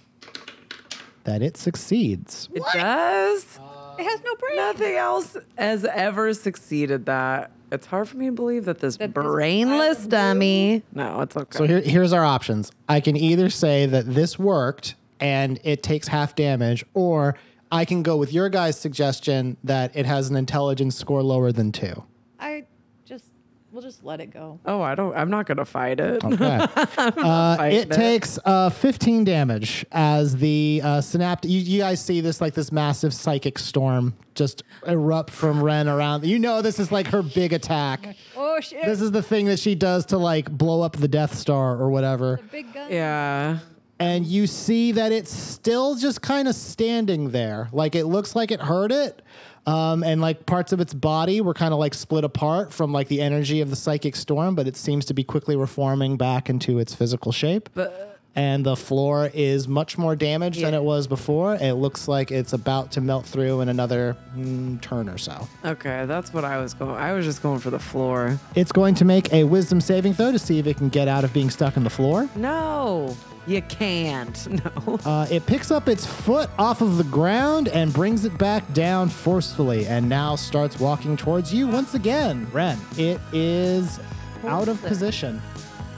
that it succeeds.
It does?
It has no brain.
Nothing else has ever succeeded that. It's hard for me to believe that this
That this
brainless dummy. No, it's okay.
So here, here's our options. I can either say that this worked and it takes half damage, or I can go with your guy's suggestion that it has an intelligence score lower than two.
I just we'll just let it go.
oh, I don't I'm not gonna fight it.
Okay. Uh,
fighting
it
it.
takes uh, 15 damage as the uh, synaptic. You, you guys see this like this massive psychic storm just erupt from Ren around. You know this is like her big attack.
Oh shit!
This is the thing that she does to like blow up the Death Star or whatever.
big gun.
Yeah.
And you see that it's still just kind of standing there. Like it looks like it hurt it. Um, and like parts of its body were kind of like split apart from like the energy of the psychic storm, but it seems to be quickly reforming back into its physical shape.
But
and the floor is much more damaged than
Yeah.
it was before. It looks like it's about to melt through in another mm, turn or so.
okay, that's what I was going I was just going for the floor.
It's going to make a wisdom saving throw to see if it can get out of being stuck in the floor.
No, you can't. No.
Uh, it picks up its foot off of the ground and brings it back down forcefully, and now starts walking towards you once again, Ren. It is out of position.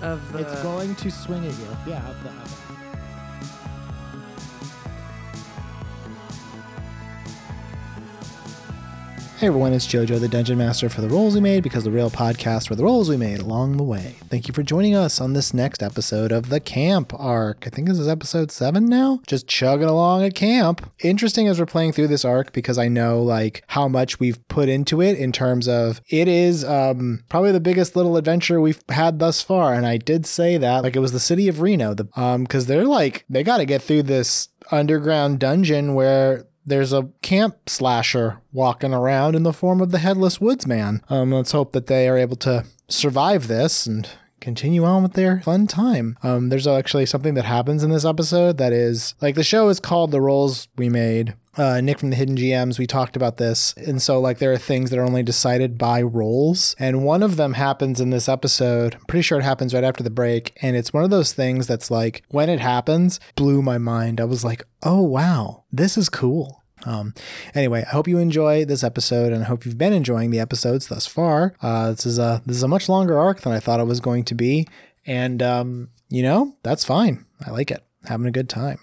Of the
It's going to swing at you. Yeah. Out the, out the. Hey everyone, it's JoJo the Dungeon Master for the roles we made because the real podcast were the roles we made along the way. Thank you for joining us on this next episode of the Camp Arc. I think this is episode seven now. Just chugging along at camp. Interesting as we're playing through this arc because I know like how much we've put into it in terms of it is um, probably the biggest little adventure we've had thus far, and I did say that like it was the city of Reno, the um because they're like they got to get through this underground dungeon where there's a camp slasher walking around in the form of the headless woodsman. Um, let's hope that they are able to survive this and continue on with their fun time. Um, there's actually something that happens in this episode that is like the show is called The Roles We Made. Uh, Nick from the Hidden GMs, we talked about this. And so, like, there are things that are only decided by roles. And one of them happens in this episode. I'm pretty sure it happens right after the break. And it's one of those things that's like, when it happens, blew my mind. I was like, oh, wow, this is cool. Um, anyway, I hope you enjoy this episode, and I hope you've been enjoying the episodes thus far. Uh, this is a this is a much longer arc than I thought it was going to be, and um, you know that's fine. I like it. Having a good time.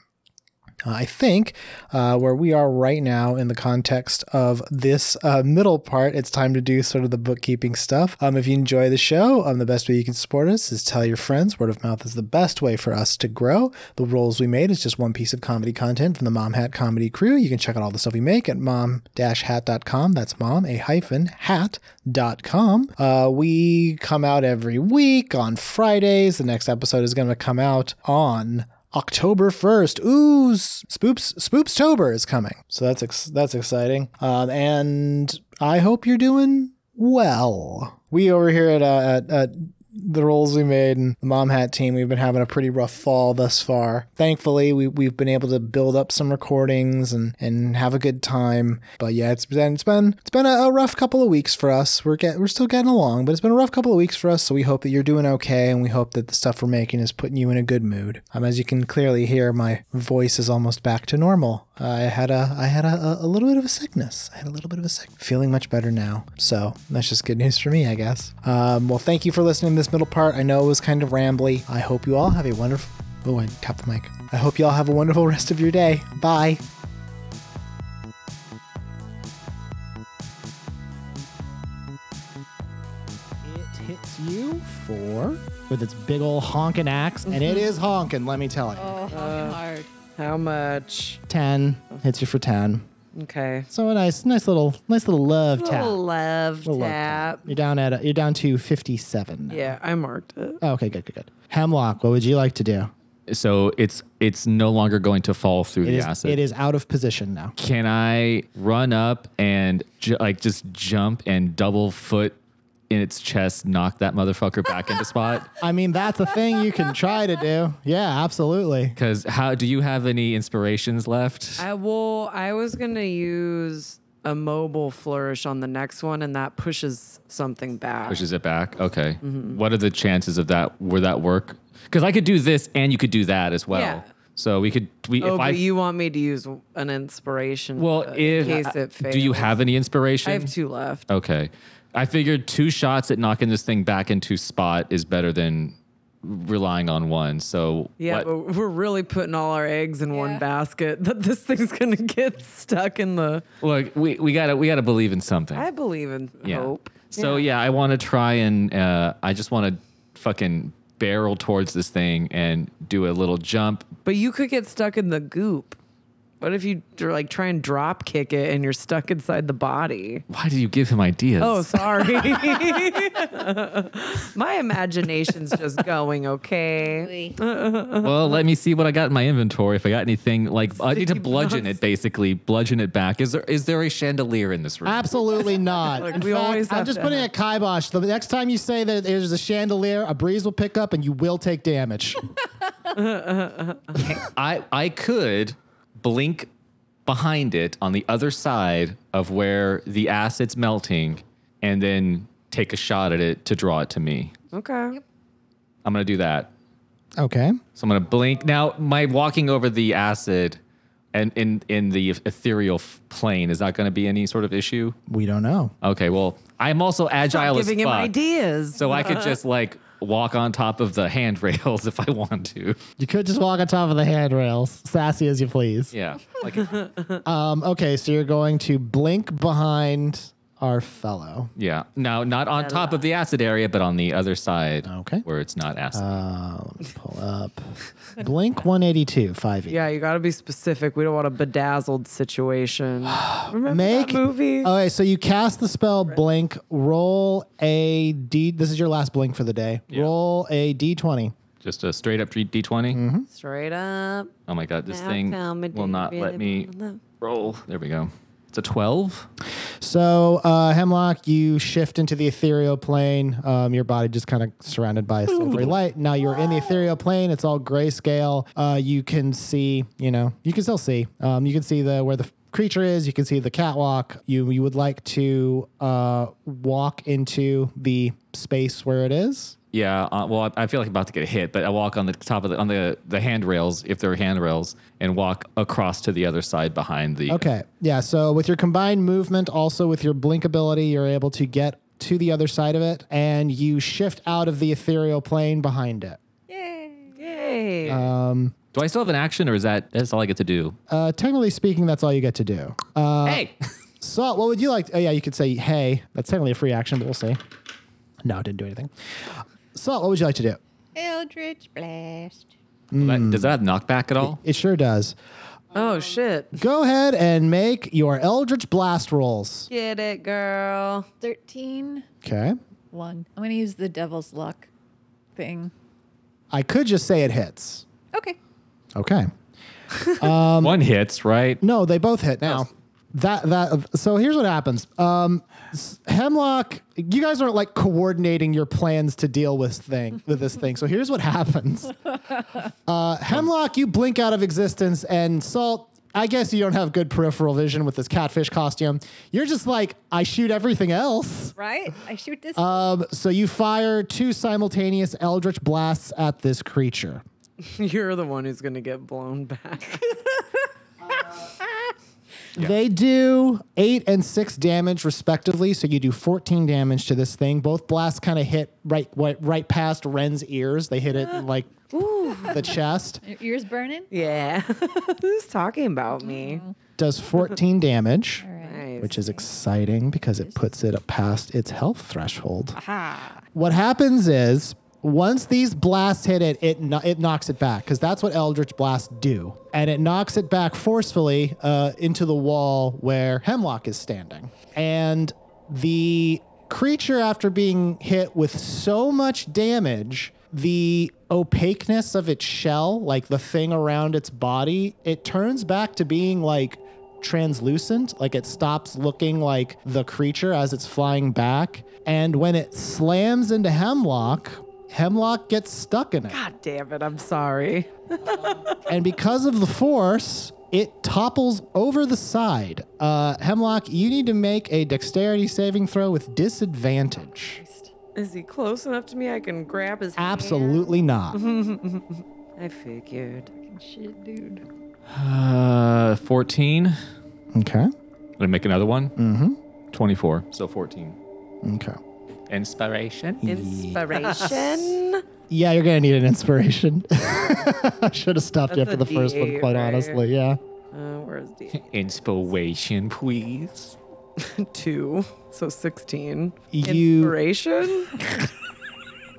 Uh, I think uh, where we are right now in the context of this uh, middle part, it's time to do sort of the bookkeeping stuff. Um, if you enjoy the show, um, the best way you can support us is tell your friends. Word of mouth is the best way for us to grow. The roles we made is just one piece of comedy content from the Mom Hat Comedy Crew. You can check out all the stuff we make at mom-hat.com. That's mom, a hyphen, hat, dot com. Uh, we come out every week on Fridays. The next episode is going to come out on October 1st. Ooh, s- Spoops Spoopstober is coming. So that's ex- that's exciting. Um, and I hope you're doing well. We over here at uh, at, at the roles we made and the mom hat team, we've been having a pretty rough fall thus far. Thankfully, we we've been able to build up some recordings and and have a good time. But yeah, it's been it's been it's been a, a rough couple of weeks for us. We're get we're still getting along, but it's been a rough couple of weeks for us. So we hope that you're doing okay, and we hope that the stuff we're making is putting you in a good mood. Um, as you can clearly hear, my voice is almost back to normal. I had a I had a, a, a little bit of a sickness. I had a little bit of a sick. Feeling much better now. So that's just good news for me, I guess. Um, well, thank you for listening to this middle part. I know it was kind of rambly. I hope you all have a wonderful. Oh, I tapped the mic. I hope you all have a wonderful rest of your day. Bye. It hits you for with its big old honking axe, and it is honking. Let me tell you.
Oh, honking hard.
How much?
Ten hits you for ten.
Okay.
So a nice, nice little, nice little love tap.
Little love
Little love
tap.
You're down at, a, you're down to fifty-seven. now.
Yeah, I marked it.
Oh, okay, good, good, good. Hemlock, what would you like to do?
So it's it's no longer going to fall through
It
the
is,
acid.
it is out of position now.
Can I run up and ju- like just jump and double foot in its chest, knock that motherfucker back into spot?
I mean, that's a thing you can try to do. Yeah, absolutely.
Because how do you have any inspirations left?
I will. I was gonna use a mobile flourish on the next one, and that pushes something back.
Pushes it back. Okay.
Mm-hmm.
What are the chances of that? Would that work? Because I could do this and you could do that as well.
Yeah.
So we could we
oh,
if I
but you want me to use an inspiration?
well
uh,
if
in case it fails.
do you have any inspiration?
I have two left.
Okay. I figured two shots at knocking this thing back into spot is better than relying on one. So
Yeah,
what-
but we're really putting all our eggs in one
Yeah.
basket that this thing's gonna get stuck in the.
look, we, we gotta we gotta believe in something.
I believe in
yeah.
hope.
So yeah, I want to try and uh, I just want to fucking barrel towards this thing and do a little jump.
But you could get stuck in the goop. What if you dr- like try and drop kick it and you're stuck inside the body?
Why do you give him ideas?
Oh, sorry. My imagination's just going, okay.
well, let me see what I got in my inventory. If I got anything like I need to
Sticky
bludgeon
nuts.
it, basically bludgeon it back. Is there is there a chandelier in this room?
Absolutely not.
Look,
In
we
fact,
always
I'm
have
just
to
putting
have-
a kibosh. The next time you say that there's a chandelier, a breeze will pick up and you will take damage.
I I could blink behind it on the other side of where the acid's melting, and then take a shot at it to draw it to me.
Okay.
I'm gonna do that.
okay.
So I'm gonna blink. Now my walking over the acid and in in the ethereal f- plane is that gonna be any sort of issue?
We don't know.
Okay. Well, I'm also agile as
Giving him
fuck,
ideas.
so I could just like walk on top of the handrails if I want to.
You could just walk on top of the handrails, sassy as you please.
Yeah. Like
Um, okay, so you're going to blink behind our fellow.
Yeah. No, not on top of the acid area, but on the other side.
Okay.
Where it's not acid.
Uh, let me pull up Blink 182, 5e.
Yeah, you got to be specific. We don't want a bedazzled situation. Remember
Make
that movie?
Oh.
Okay, so you cast the spell blink, roll a d. This is your last blink for the day.
Yeah.
Roll a d20.
Just a straight up D20.
Mm-hmm.
Straight up.
Oh my God, this
Now
thing
tell me,
will
do
not
you
let
really
me roll. There we go. It's a 12.
So, uh, Hemlock, you shift into the ethereal plane. Um, your body just kind of surrounded by a silvery light. Now you're in the ethereal plane. It's all grayscale. Uh, you can see, you know, you can still see. Um, you can see the where the f- creature is. You can see the catwalk. You you would like to uh, walk into the space where it is.
Yeah. Uh, well, I, I feel like I'm about to get hit, but I walk on the top of the, on the, the handrails, if there are handrails, and walk across to the other side behind the.
Okay. Yeah. So with your combined movement, also with your blink ability, you're able to get to the other side of it, and you shift out of the ethereal plane behind it.
Yay.
Do I still have an action or is that that's all I get to do?
Uh, technically speaking, that's all you get to do. Uh,
hey.
Salt, what would you like? oh, yeah, you could say, hey. That's technically a free action, but we'll see. No, it didn't do anything. Salt, what would you like to do?
Eldritch Blast.
That- does that have knockback at all?
It sure does.
oh, shit.
Go ahead and make your Eldritch Blast rolls.
Get it, girl.
13,
Okay.
1. I'm going to use the devil's luck thing.
I could just say it hits.
Okay.
Okay.
One hits, right?
No, they both hit now. That that so here's what happens. Um, s- Hemlock, you guys aren't like coordinating your plans to deal with thing with this thing. So here's what happens. Uh, Hemlock, you blink out of existence, and Salt. I guess you don't have good peripheral vision with this catfish costume. You're just like I shoot everything else.
Right? I shoot this.
Um, so you fire two simultaneous eldritch blasts at this creature.
You're the one who's going to get blown back.
They do eight and six damage respectively, so you do 14 damage to this thing. Both blasts kind of hit right, right right past Ren's ears. They hit it in, like the chest.
Your ears burning?
yeah. who's talking about me?
Does 14 damage,
All right.
Nice.
which is exciting because it puts it up past its health threshold. What happens is once these blasts hit it, it kno- it knocks it back because that's what Eldritch blasts do, and it knocks it back forcefully uh, into the wall where Hemlock is standing, and the creature, after being hit with so much damage. The opaqueness of its shell, like the thing around its body, it turns back to being like translucent like it stops looking like the creature as it's flying back and when it slams into hemlock hemlock gets stuck in it
God damn it. I'm sorry.
and because of the force it topples over the side uh, hemlock you need to make a dexterity saving throw with disadvantage
Is he close enough to me I can grab his hand?
absolutely not
Mm-hmm. I figured.
Shit, dude.
Uh, 14.
okay
Let me make another one. Mm-hmm. 24. So 14.
okay
Inspiration.
Inspiration.
yeah you're gonna need an inspiration i should have stopped you
That's
after
a
the first one
D8,
quite
right?
honestly yeah
uh, where's the
Inspiration, please.
two? So 16.
you
Inspiration?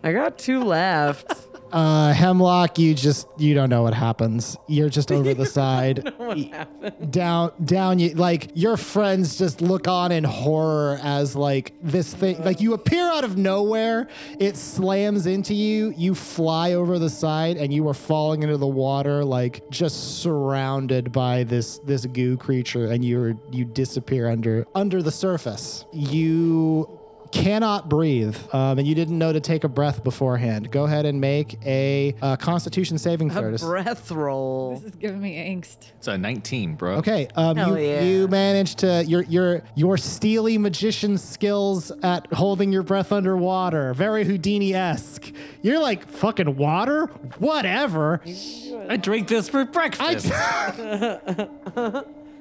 I got two left.
Uh, hemlock, you just you don't know what happens. You're just over the side, Y- down, down. You like your friends just look on in horror as like this thing, like you appear out of nowhere. It slams into you. You fly over the side, and you are falling into the water, like just surrounded by this this goo creature, and you're you disappear under under the surface. You cannot breathe, um, and you didn't know to take a breath beforehand. Go ahead and make a uh, Constitution saving throw.
A
to-
breath roll.
This is giving me angst.
It's a 19, bro.
Okay, um, you,
Hell yeah.
you managed to your your your steely magician skills at holding your breath underwater, very Houdini esque. You're like fucking water, whatever.
I drink this for
I
breakfast.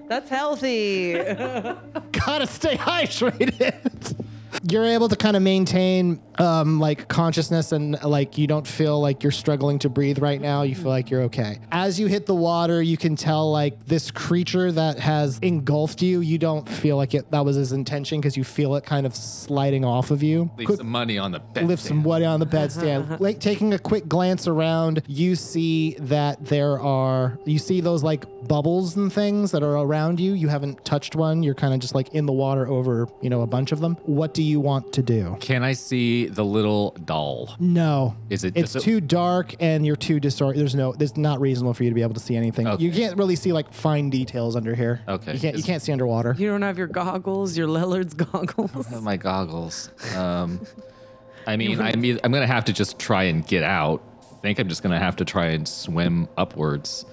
That's healthy.
gotta stay hydrated. you're able to kind of maintain um, like consciousness and like you don't feel like you're struggling to breathe right now. You feel like you're okay. As you hit the water, you can tell like this creature that has engulfed you. You don't feel like it that was his intention because you feel it kind of sliding off of you.
Leave
Quick-
some money on the bed.
lift some wood on the bedstand. like taking a quick glance around, you see that there are you see those like bubbles and things that are around you. You haven't touched one. You're kind of just like in the water over, you know, a bunch of them. What do you want to do?
Can I see the little doll?
No.
Is it
It's
just a-
too dark and you're too disoriented. There's no there's not reasonable for you to be able to see anything. You can't really see like fine details under here.
Okay.
You can't you
Is-
can't see underwater.
You don't have your goggles, your Lillard's goggles.
I have my goggles. Um, I mean, I'm, eith- I'm gonna have to just try and get out. I think I'm just gonna have to try and swim upwards.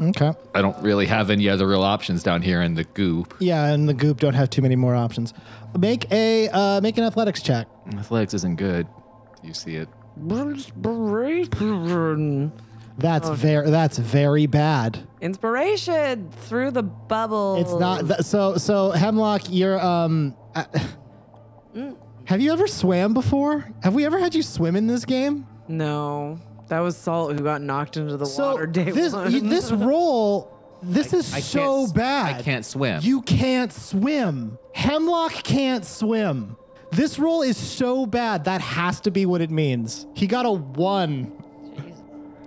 Okay.
I don't really have any other real options down here in the goo.
Yeah, and the goop don't have too many more options. Make a uh, make an athletics check.
Athletics isn't good. You see it.
Inspiration. Oh,
That's very that's very bad.
Inspiration through the bubble.
It's not th- so so Hemlock, you're um uh,
Mm.
Have you ever swam before? Have we ever had you swim in this game?
no, that was Salt who got knocked into the water day
this
one.
you- this role this is
I
so
can't s-
bad.
I can't swim.
You can't swim. Hemlock can't swim. This role is so bad. That has to be what it means. He got a 1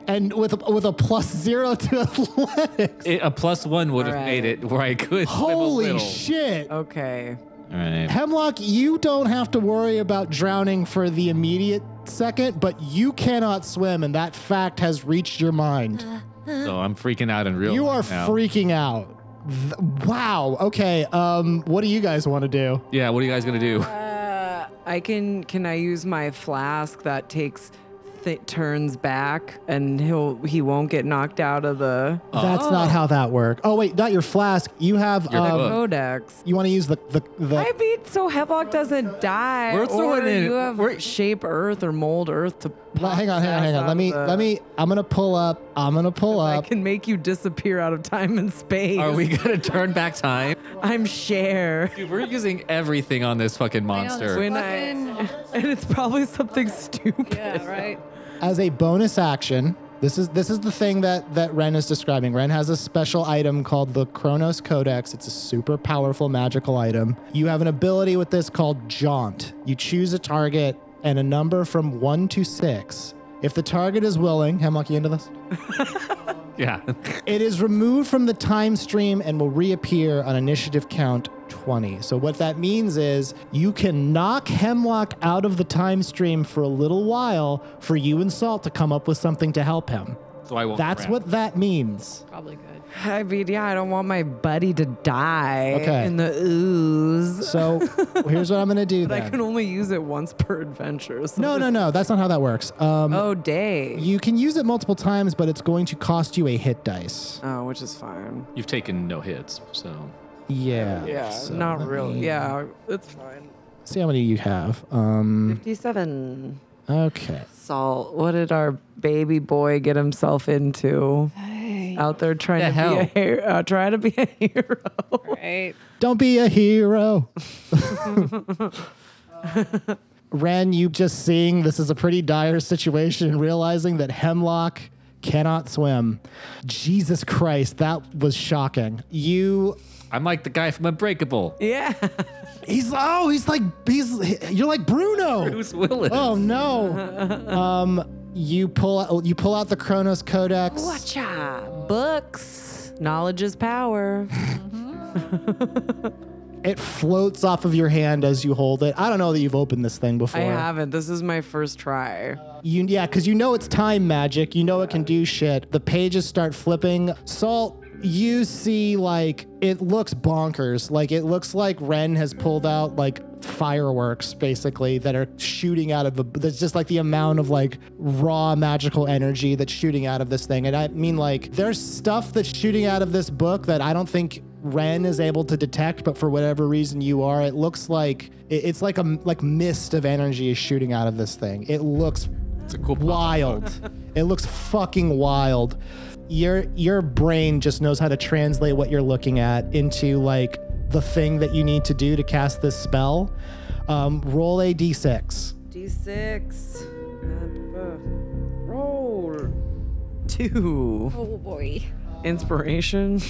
and with a, with a plus 0 to athletics.
It- a plus one would have
All
made
right.
it where I could. swim a
Holy
little.
shit.
okay.
All right.
Hemlock, you don't have to worry about drowning for the immediate second, but you cannot swim, and that fact has reached your mind.
Uh.
So I'm freaking out in real.
You are
life now.
freaking out. Th- wow. Okay. Um. What do you guys want to do?
Yeah. What are you guys gonna do?
Uh, I can can I use my flask that takes th- turns back and he'll he won't get knocked out of the
Uh.
That's not how that works. Oh wait, not your flask. You have.
Your
um,
book.
codex.
you want to use the the the.
I mean, so Hemlock doesn't die.
We're
or
throwing in-
you have
we're-
shape Earth or mold Earth to.
Well, hang on, hang on, hang on. Let me, let me. uh, I'm gonna pull up. I'm gonna pull
I
up.
can make you disappear out of time and space.
Are we gonna turn back time?
I'm share.
Dude, we're using everything on this fucking monster.
When I, and it's probably something stupid.
Yeah, right.
as a bonus action this is this is the thing that that ren is describing ren has a special item called the chronos codex it's a super powerful magical item you have an ability with this called jaunt you choose a target and a number from 1 to 6 if the target is willing hemlock you into this
Yeah.
it is removed from the time stream and will reappear on initiative count 20. So, what that means is you can knock Hemlock out of the time stream for a little while for you and Salt to come up with something to help him.
so I won't.
That's
drown.
what that means.
Probably good.
I mean, yeah, I don't want my buddy to die
Okay.
in the ooze.
So, here's what I'm going to do
But I can
then.
only use it once per adventure. So
No, no, no. That's not how that works. Um,
Oh, day.
You can use it multiple times, but it's going to cost you a hit dice.
oh, which is fine.
You've taken no hits, so
Yeah.
Yeah,
so
not
let
really.
me
Yeah, it's fine.
See how many you have. Um,
57.
okay.
Salt. What did our baby boy get himself into? Out there trying to
hell?
be a hero, uh, trying to be a hero.
Right.
Don't be a hero. Ren, you just seeing this is a pretty dire situation and realizing that Hemlock cannot swim. Jesus Christ, that was shocking. You,
I'm like the guy from Unbreakable.
Yeah.
he's, oh, he's like, he's, you're like Bruno.
Who's Willis?
Oh no. Um, you pull out, you pull out the Kronos Codex.
Cha. Books. Knowledge is power.
It floats off of your hand as you hold it. I don't know that you've opened this thing before.
I haven't. This is my first try.
You yeah, because you know it's time magic. You know it can do shit. The pages start flipping. Salt, you see like it looks bonkers. Like it looks like Ren has pulled out like fireworks basically that are shooting out of a that's just like the amount of like raw magical energy that's shooting out of this thing. And I mean like there's stuff that's shooting out of this book that I don't think Ren is able to detect, but for whatever reason you are, it looks like it- it's like a m- like mist of energy is shooting out of this thing. It looks
It's a cool pop.
wild. it looks fucking wild. Your your brain just knows how to translate what you're looking at into like the thing that you need to do to cast this spell. Um, roll a d6.
D6. And, uh, Roll. Two.
Oh boy.
Inspiration.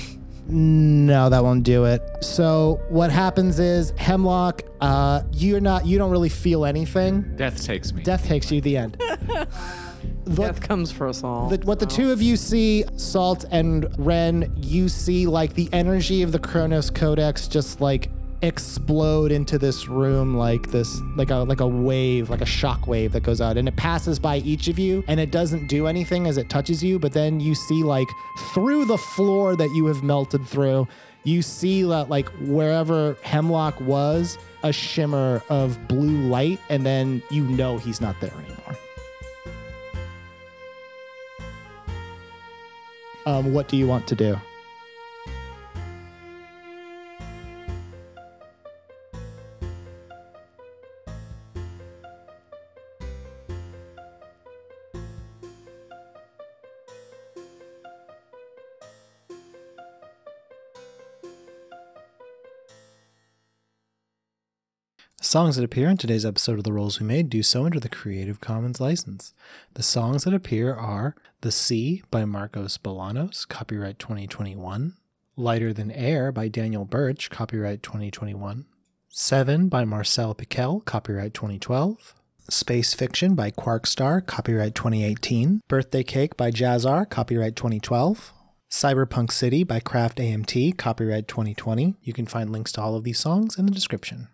No, that won't do it. So what happens is Hemlock, uh, you're not, you don't really feel anything.
Death takes me.
Death takes you. The end.
Death comes for us all.
The, what the two of you see, Salt and Ren, you see like the energy of the Kronos Codex just like explode into this room like this like a like a wave like a shock wave that goes out and it passes by each of you and it doesn't do anything as it touches you but then you see like through the floor that you have melted through you see that like wherever hemlock was a shimmer of blue light and then you know he's not there anymore um, what do you want to do?
Songs that appear in today's episode of The Roles We Made do so under the Creative Commons license. The songs that appear are The Sea by Marcos Bolanos, copyright 2021, Lighter Than Air by Daniel Birch, copyright 2021, Seven by Marcel Piquel, copyright 2012, Space Fiction by Quarkstar, copyright 2018, Birthday Cake by Jazzar, copyright 2012, Cyberpunk City by Kraft AMT, copyright 2020. You can find links to all of these songs in the description.